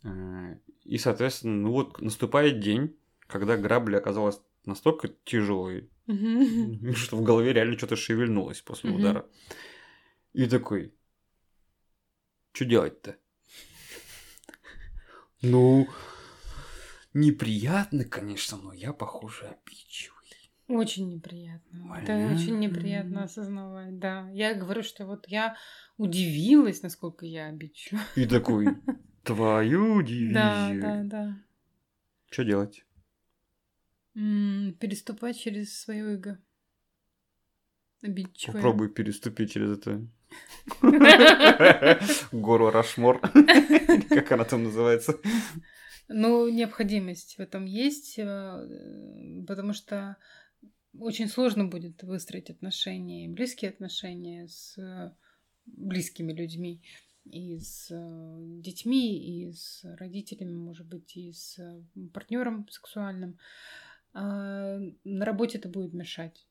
B: Э, И, соответственно, ну вот наступает день, когда грабля оказалась настолько тяжелой,
A: Мгм.
B: что в голове реально что-то шевельнулось после
A: Мгм.
B: удара. И такой, что делать-то? Ну, неприятно, конечно, но я, похоже, обидчивый.
A: Очень неприятно. Это
B: Понятно.
A: очень неприятно осознавать, да. Я говорю, что вот я удивилась, насколько я обидчу.
B: И такой, твою
A: Да, да,
B: дивизию.
A: да.
B: Что делать?
A: М, Переступать через свое эго. Обидчивое.
B: Попробуй переступить через это. Гору Рашмор. Как она там называется?
A: Ну, необходимость в этом есть, э, э, потому что очень сложно будет выстроить отношения, близкие отношения с э, близкими людьми, и с э, детьми, и с родителями, может быть, и с э, партнером сексуальным. А, На работе это будет мешать.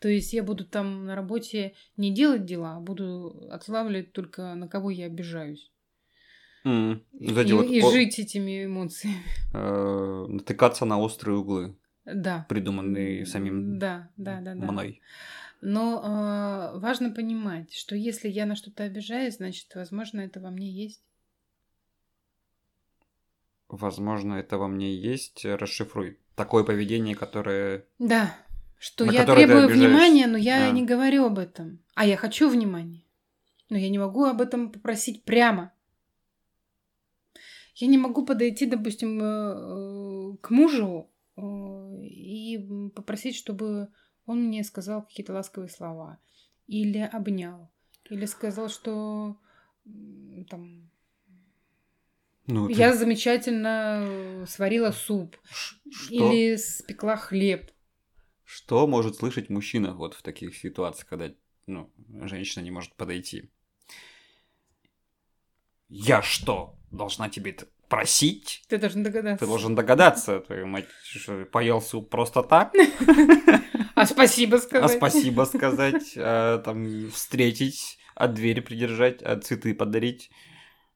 A: То есть я буду там на работе не делать дела, а буду отлавливать только на кого я обижаюсь.
B: М, вот эти
A: и,
B: вот
A: и
B: о-
A: жить этими эмоциями.
B: э, Натыкаться на острые углы.
A: Да.
B: придуманный самим
A: Да, да, да, да.
B: мной.
A: Но а, важно понимать, что если я на что-то обижаюсь, значит, возможно, это во мне есть.
B: Возможно, это во мне и есть. Расшифруй. Такое поведение, которое...
A: Да. Что
B: На
A: я
B: которое ты
A: требую
B: обижаешься.
A: внимания, но я
B: А.
A: не говорю об этом. А я хочу внимания. Но я не могу об этом попросить прямо. Я не могу подойти, допустим, э, э, к мужу э, и м, попросить, чтобы он мне сказал какие-то ласковые слова. Или обнял. Или сказал, что м, там,
B: Ну, это
A: я замечательно э, сварила суп.
B: ш- что,
A: Или спекла хлеб.
B: что может слышать мужчина вот в таких ситуациях, когда ну, женщина не может подойти? Я что, должна тебе это просить?
A: Ты должен догадаться.
B: Ты должен догадаться, твою мать, что поел суп просто так,
A: А спасибо
B: а
A: сказать.
B: спасибо сказать, а там встретить, а дверь придержать, а цветы подарить,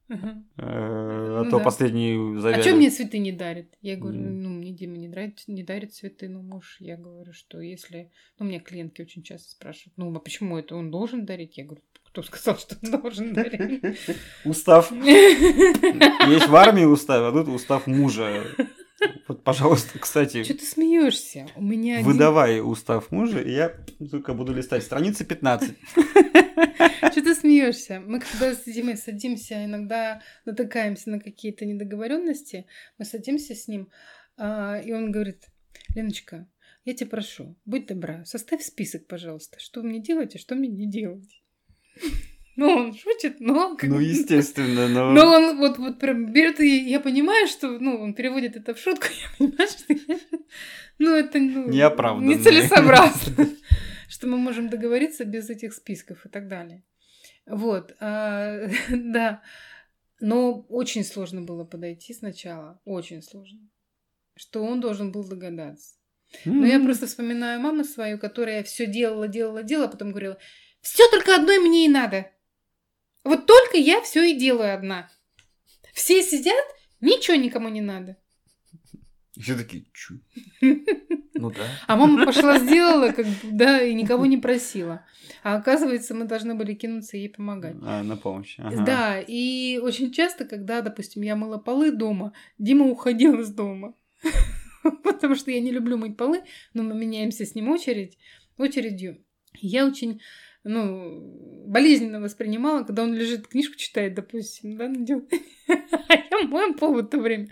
A: Мгм.
B: э, а
A: Ну
B: то
A: да.
B: последний
A: А
B: завяжет.
A: что мне цветы не дарит? Я говорю,
B: Мгм.
A: ну, мне Дима не дарит, не дарит цветы, ну, муж. Я говорю, что если... Ну, у меня клиентки очень часто спрашивают, ну, а почему это он должен дарить? Я говорю, кто сказал, что он должен дарить?
B: Устав Есть в армии устав, а тут устав мужа. Вот, пожалуйста,
A: Что
B: кстати,
A: ты смеешься? У меня один...
B: выдавай устав мужа, и я только буду листать. Страница 15.
A: Что ты смеешься? Мы когда с Димой садимся, иногда натыкаемся на какие-то недоговоренности. Мы садимся с ним, а, и он говорит, Леночка, я тебя прошу, будь добра, составь список, пожалуйста, что мне делать и что мне не делать. Ну, он шутит, но... как
B: Ну,
A: бы-
B: естественно,
A: Но
B: но...
A: он вот, вот прям берет, и я понимаю, что, ну, он переводит это в шутку, я понимаю, что я- ну, это, ну,
B: Неоправданно.
A: нецелесообразно, что мы можем договориться без этих списков и так далее. Вот, а, да. Но очень сложно было подойти сначала, очень сложно, что он должен был догадаться. Но ну, я просто вспоминаю маму свою, которая все делала, делала, делала, потом говорила, все только одной мне и надо. Вот только я все и делаю одна. Все сидят, ничего никому не надо.
B: И все такие, чу. Ну да.
A: А мама пошла сделала, как бы, да, и никого не просила. А оказывается, мы должны были кинуться ей помогать.
B: А, на помощь. ага.
A: Да, и очень часто, когда, допустим, я мыла полы дома, Дима уходил из дома. Потому что я не люблю мыть полы, но мы меняемся с ним очередь, очередью. Я очень ну, болезненно воспринимала, когда он лежит, книжку читает, допустим, да, Надюх? А я мою пол в это время.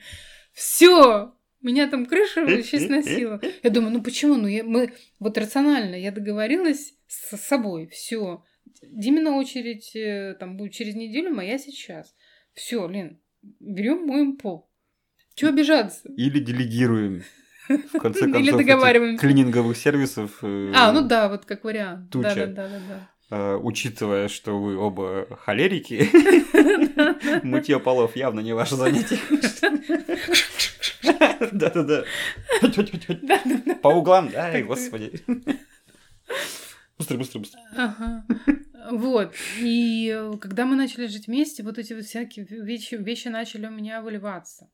A: Все, меня там крыша вообще сносила. Я думаю, ну почему? Ну, я, мы вот рационально, я договорилась с собой, все. Димина очередь э, там будет через неделю, моя сейчас. Все, Лен, берем моем пол. Чего обижаться?
B: Или делегируем. В конце
A: Или
B: концов, этих
A: договариваемся.
B: клининговых сервисов. э,
A: А, ну да, вот как вариант. Да,
B: Туча.
A: да, да, да,
B: э, Учитывая, что вы оба холерики,
A: да.
B: мытье полов явно не ваше занятие. Да-да-да.
A: Да, да, да.
B: По углам, да, и
A: Так,
B: господи. Быстро, быстро, быстро.
A: Ага. Вот. И э, когда мы начали жить вместе, вот эти вот всякие вещи, вещи начали у меня выливаться.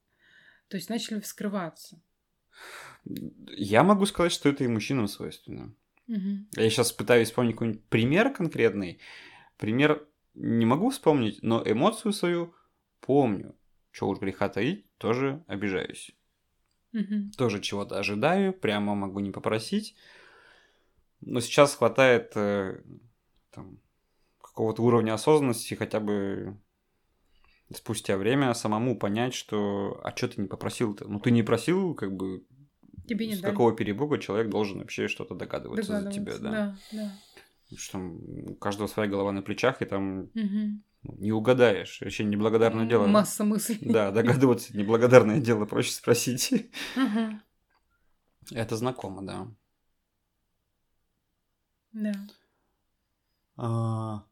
A: То есть начали вскрываться.
B: Я могу сказать, что это и мужчинам свойственно.
A: Мгм.
B: Я сейчас пытаюсь вспомнить какой-нибудь пример конкретный. Пример не могу вспомнить, но эмоцию свою помню. Чего уж греха таить, тоже обижаюсь.
A: Мгм.
B: Тоже чего-то ожидаю, прямо могу не попросить. Но сейчас хватает э, там, какого-то уровня осознанности, хотя бы спустя время самому понять, что а что ты не попросил-то? Ну ты не просил, как бы
A: Тебе не
B: с
A: дали.
B: какого перепуга человек должен вообще что-то догадываться, за тебя,
A: Догадываться.
B: да.
A: Да, да.
B: что там у каждого своя голова на плечах, и там
A: Мгм.
B: ну, не угадаешь. Вообще неблагодарное дело.
A: Масса мыслей.
B: Да, догадываться неблагодарное дело, проще спросить.
A: Ага.
B: Это знакомо, да.
A: Да.
B: А,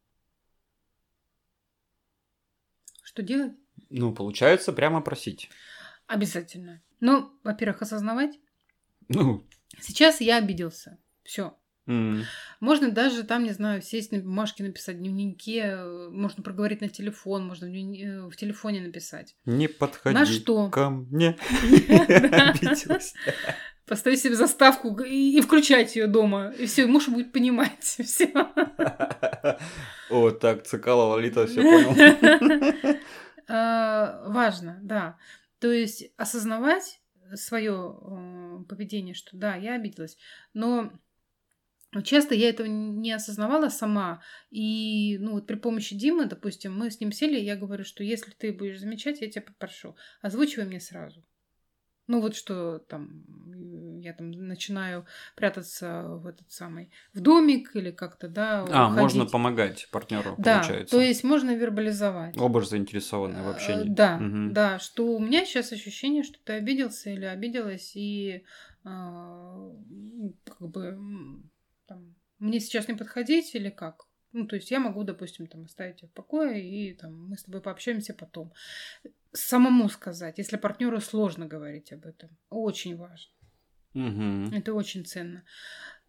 A: Что делать?
B: ну, получается, прямо просить.
A: Обязательно. Ну, во-первых, осознавать.
B: Ну,
A: Сейчас я обиделся. Все.
B: м,
A: Можно даже там, не знаю, сесть на бумажке написать в дневнике, э, можно проговорить на телефон, можно в дневни- э, в телефоне написать.
B: не подходи
A: На что?
B: ко мне.
A: Да.
B: Обиделась.
A: Поставить себе заставку г- и, и включать ее дома. И все, муж будет понимать. Все.
B: О, так, цикала Лолита, все понял.
A: А, Важно, да. То есть осознавать свое поведение, что да, я обиделась. Но часто я этого не осознавала сама. И ну, вот при помощи Димы, допустим, мы с ним сели, и я говорю, что если ты будешь замечать, я тебя попрошу. Озвучивай мне сразу. Ну вот что там, м, я там начинаю прятаться в этот самый, в домик или как-то, да,
B: А, можно
A: уходить.
B: помогать партнеру,
A: Да,
B: получается.
A: то есть можно вербализовать.
B: Оба же заинтересованы в
A: Э,
B: общении.
A: Да,
B: Мгм.
A: да, что у меня сейчас ощущение, что ты обиделся или обиделась, и а, как бы м, там, мне сейчас не подходить или как? Ну, то есть я могу, допустим, там оставить тебя в покое, и там мы с тобой пообщаемся потом. Самому сказать, если партнеру сложно говорить об этом, очень важно.
B: Мгм.
A: Это очень ценно.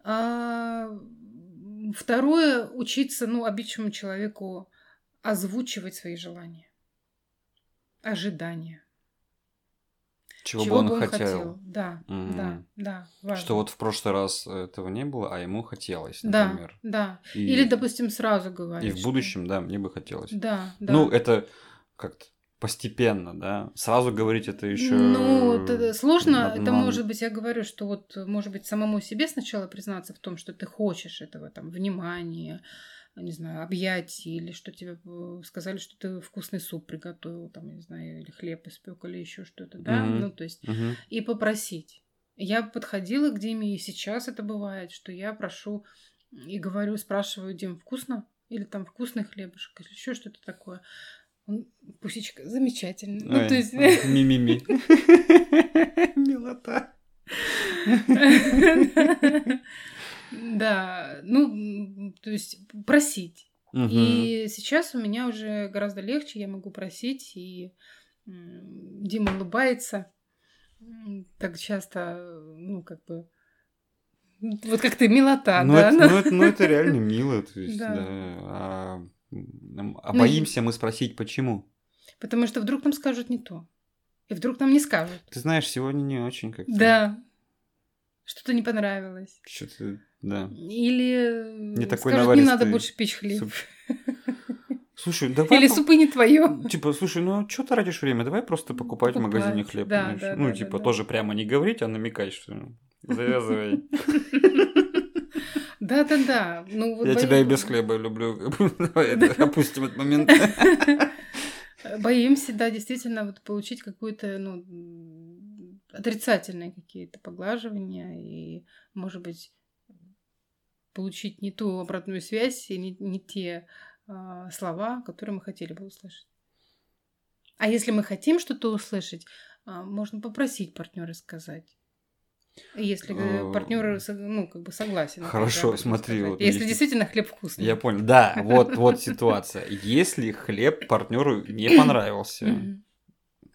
A: А, м, второе, учиться, ну, обидчивому человеку озвучивать свои желания, ожидания.
B: Чего, бы он, хотел.
A: Да,
B: Мгм.
A: да, да, важно.
B: Что вот в прошлый раз этого не было, а ему хотелось,
A: да,
B: например.
A: да.
B: И,
A: Или, допустим, сразу
B: и
A: говорить.
B: в
A: что-
B: будущем, да, мне бы хотелось.
A: Да, да.
B: Ну, это как-то постепенно, да. Сразу говорить это еще.
A: Ну, это сложно. Это может быть, я говорю, что вот, может быть, самому себе сначала признаться в том, что ты хочешь этого там внимания, не знаю, объятий, или что тебе э, сказали, что ты вкусный суп приготовил, там, я не знаю, или хлеб испек, или еще что-то, да.
B: Мгм.
A: Ну, то есть и попросить. Я подходила к Диме, и сейчас это бывает, что я прошу и говорю, спрашиваю, Дим, вкусно? Или там вкусный хлебушек, или еще что-то такое. Он, пусечка, замечательно. Ну, то есть...
B: Ми-ми-ми. Милота.
A: Да, ну, м, то есть просить.
B: Мгм.
A: И сейчас у меня уже гораздо легче, я могу просить, и м, Дима улыбается. М, Так часто, ну, как бы... Вот как ты, милота,
B: Ну,
A: да?
B: это- ну, это- ну, это реально мило, то есть,
A: Да. Ну
B: да. А м, а боимся мы спросить, почему?
A: Потому что вдруг нам скажут не то. И вдруг нам не скажут.
B: Ты знаешь, сегодня не очень как-то.
A: Да. Что-то не понравилось.
B: Что-то, да.
A: Или
B: Не такой
A: скажут, не надо
B: наваристый
A: больше печь хлеб.
B: суп. Слушай, давай...
A: Или
B: по-
A: супы не твое.
B: Типа, слушай, ну что ты тратишь время? Давай просто покупать в
A: Покупать,
B: магазине хлеб.
A: да,
B: знаешь.
A: да,
B: ну,
A: да,
B: типа,
A: да, да.
B: тоже прямо не говорить, а намекать, что ну, завязывай.
A: Да-да-да. Ну, вот
B: Я
A: бои-
B: тебя и без хлеба люблю. Давай это опустим этот момент.
A: Боимся, да, действительно, вот получить какую-то, ну, м, отрицательные какие-то поглаживания и, может быть, получить не ту обратную связь и не, не те а, слова, которые мы хотели бы услышать. А если мы хотим что-то услышать, а, можно попросить партнера сказать. Если
B: Э,
A: э, партнер, со- ну, как бы согласен. это
B: хорошо,
A: же об этом
B: смотри,
A: сказать.
B: вот
A: Если
B: если-
A: действительно хлеб вкусный.
B: Я понял. Да, вот, вот ситуация. Если хлеб партнеру не понравился,
A: Мгм.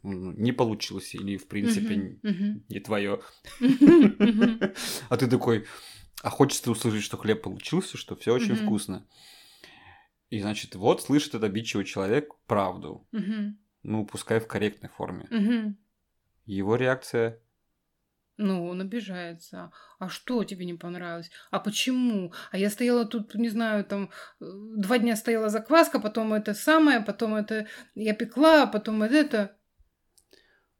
B: ну, не получился, или в принципе
A: Мгм.
B: не твое,
A: Мгм. Мгм.
B: а ты такой, а хочется услышать, что хлеб получился, что все очень
A: Мгм.
B: вкусно. И значит, вот слышит этот обидчивый человек правду,
A: Мгм.
B: ну, пускай в корректной форме.
A: Мгм.
B: Его реакция
A: Ну, он обижается. А что тебе не понравилось? А почему? А я стояла тут, не знаю, там э, два дня стояла закваска, потом это самое, потом это я пекла, а потом вот это.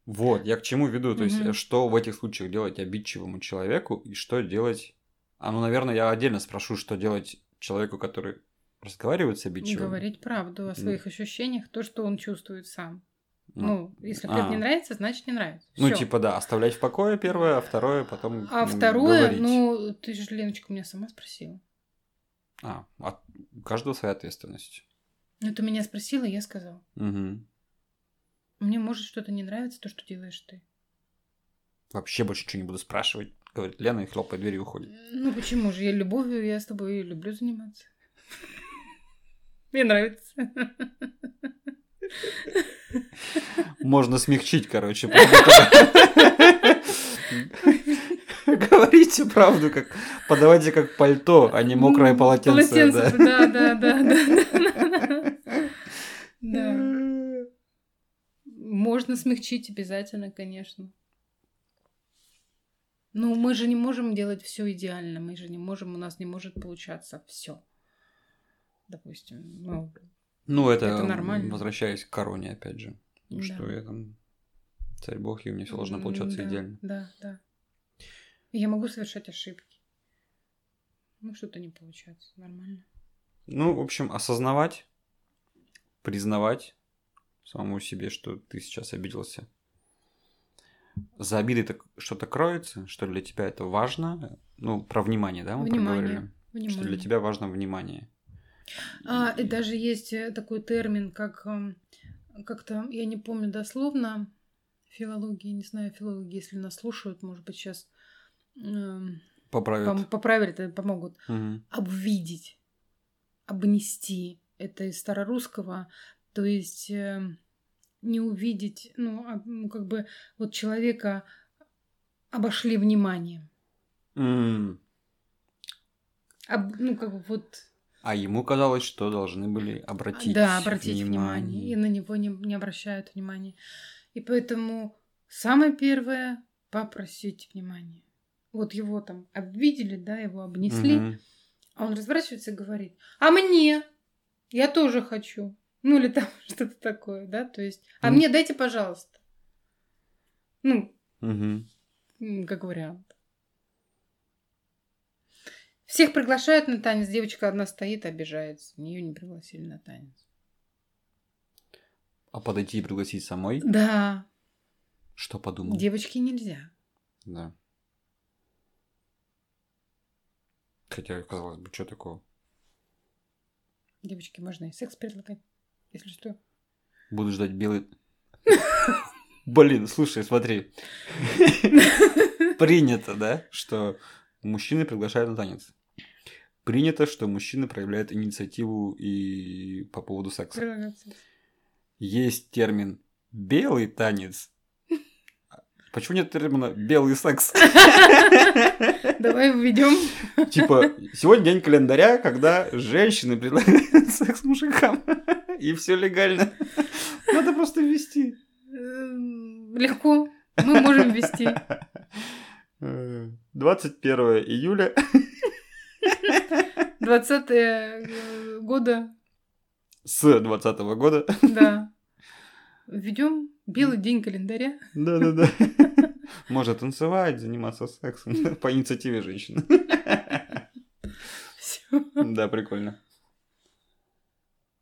B: Вот, я к чему веду, то
A: Мгм.
B: есть, что в этих случаях делать обидчивому человеку и что делать... А ну, наверное, я отдельно спрошу, что делать человеку, который разговаривает с обидчивым.
A: Говорить правду о
B: Мгм.
A: своих ощущениях, то, что он чувствует сам.
B: Ну,
A: Ну, если хлеб
B: А.
A: не нравится, значит не нравится.
B: ну,
A: Всё.
B: типа, да, оставлять в покое первое, а второе потом
A: А
B: м,
A: второе,
B: говорить.
A: ну, ты же, Леночка, у меня сама спросила.
B: А, от- у каждого своя ответственность.
A: Ну, ты меня спросила, я сказала.
B: Мгм.
A: Мне может что-то не нравится, то, что делаешь ты.
B: Вообще больше ничего не буду спрашивать, говорит Лена и хлопает дверью и уходит.
A: Ну почему же? Я любовью, я с тобой люблю заниматься. Мне нравится.
B: Можно смягчить, короче. Говорите правду, как подавайте как пальто, а не мокрое
A: М,
B: полотенце. да.
A: Полотенце, да, да, да, да. да. Да. Можно смягчить обязательно, конечно. Ну, мы же не можем делать все идеально, мы же не можем, у нас не может получаться все. Допустим, ну,
B: Ну, это,
A: Это нормально.
B: возвращаясь к короне, опять же.
A: Да.
B: Что я там... Царь Бог, и мне все должно получаться
A: М, да,
B: идеально.
A: Да, да. И Я могу совершать ошибки. Ну, что-то не получается. Нормально.
B: Ну, в общем, осознавать, признавать самому себе, что ты сейчас обиделся. За обидой так что-то кроется, что для тебя это важно. Ну, про внимание, да, мы
A: Внимание.
B: проговорили? Что
A: Внимание.
B: для тебя важно внимание.
A: А, и даже есть э, такой термин, как эм, как-то, я не помню дословно, филологии, не знаю, филологи, если нас слушают, может быть, сейчас
B: Поправят.
A: поправили, э, помогут.
B: Мгм.
A: Обвидеть, обнести. Это из старорусского, то есть эм, не увидеть, ну, а, ну, как бы вот человека обошли вниманием.
B: М.
A: Об- ну, как бы вот...
B: А ему казалось, что должны были обратить
A: да, обратить внимание.
B: внимание.
A: И на него не, не обращают внимания. И поэтому самое первое — попросить внимания. Вот его там обвидели, да, его обнесли,
B: Мгм.
A: а он разворачивается и говорит, а мне? Я тоже хочу. Ну, или там что-то такое, да, то есть, а
B: Ну.
A: мне дайте, пожалуйста. Ну,
B: Мгм.
A: м, как вариант. Всех приглашают на танец, девочка одна стоит, обижается. Ее не пригласили на танец.
B: А подойти и пригласить самой,
A: Да,
B: что подумал?
A: Девочке нельзя.
B: Да. Хотя, казалось бы, что такого?
A: Девочке можно и секс предлагать, если что.
B: Буду ждать белый... Блин, слушай, смотри. Принято, да, что мужчины приглашают на танец. Принято, что мужчины проявляют инициативу и по поводу секса.
A: Предлагать секс.
B: Есть термин «белый танец». А Почему нет термина «белый секс»?
A: Давай введем.
B: Типа, сегодня день календаря, когда женщины предлагают секс мужикам. И все легально. Надо просто ввести.
A: Эм, Легко. Мы можем вести.
B: 21 июля
A: 20 э, года,
B: с 20 года.
A: да. Введем белый день календаря.
B: Да-да-да. Можно танцевать, заниматься сексом по инициативе женщины.
A: Все.
B: Да, прикольно.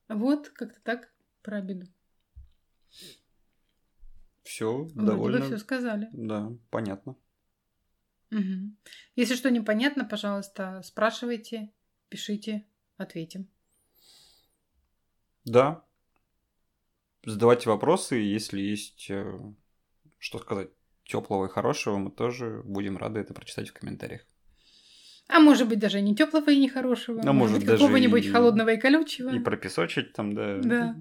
A: Вот, как-то так про обиду.
B: Все,
A: Вроде бы
B: довольно.
A: все сказали.
B: Да, понятно.
A: Мгм. Если что непонятно, пожалуйста, спрашивайте, пишите, ответим.
B: Да. Задавайте вопросы, если есть э, что сказать теплого и хорошего, мы тоже будем рады это прочитать в комментариях.
A: А может быть, даже не теплого и не хорошего.
B: А может,
A: быть,
B: даже
A: какого-нибудь
B: и-
A: холодного и колючего.
B: И пропесочить там, да.
A: Да.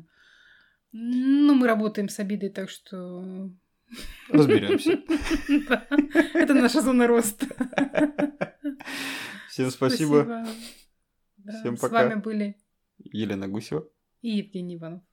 A: Ну, мы работаем с обидой, так что...
B: Разберемся.
A: Да. Это наша зона роста.
B: Всем спасибо.
A: Да,
B: Всем
A: С
B: пока.
A: вами были
B: Елена Гусева.
A: и Евгений Иванов.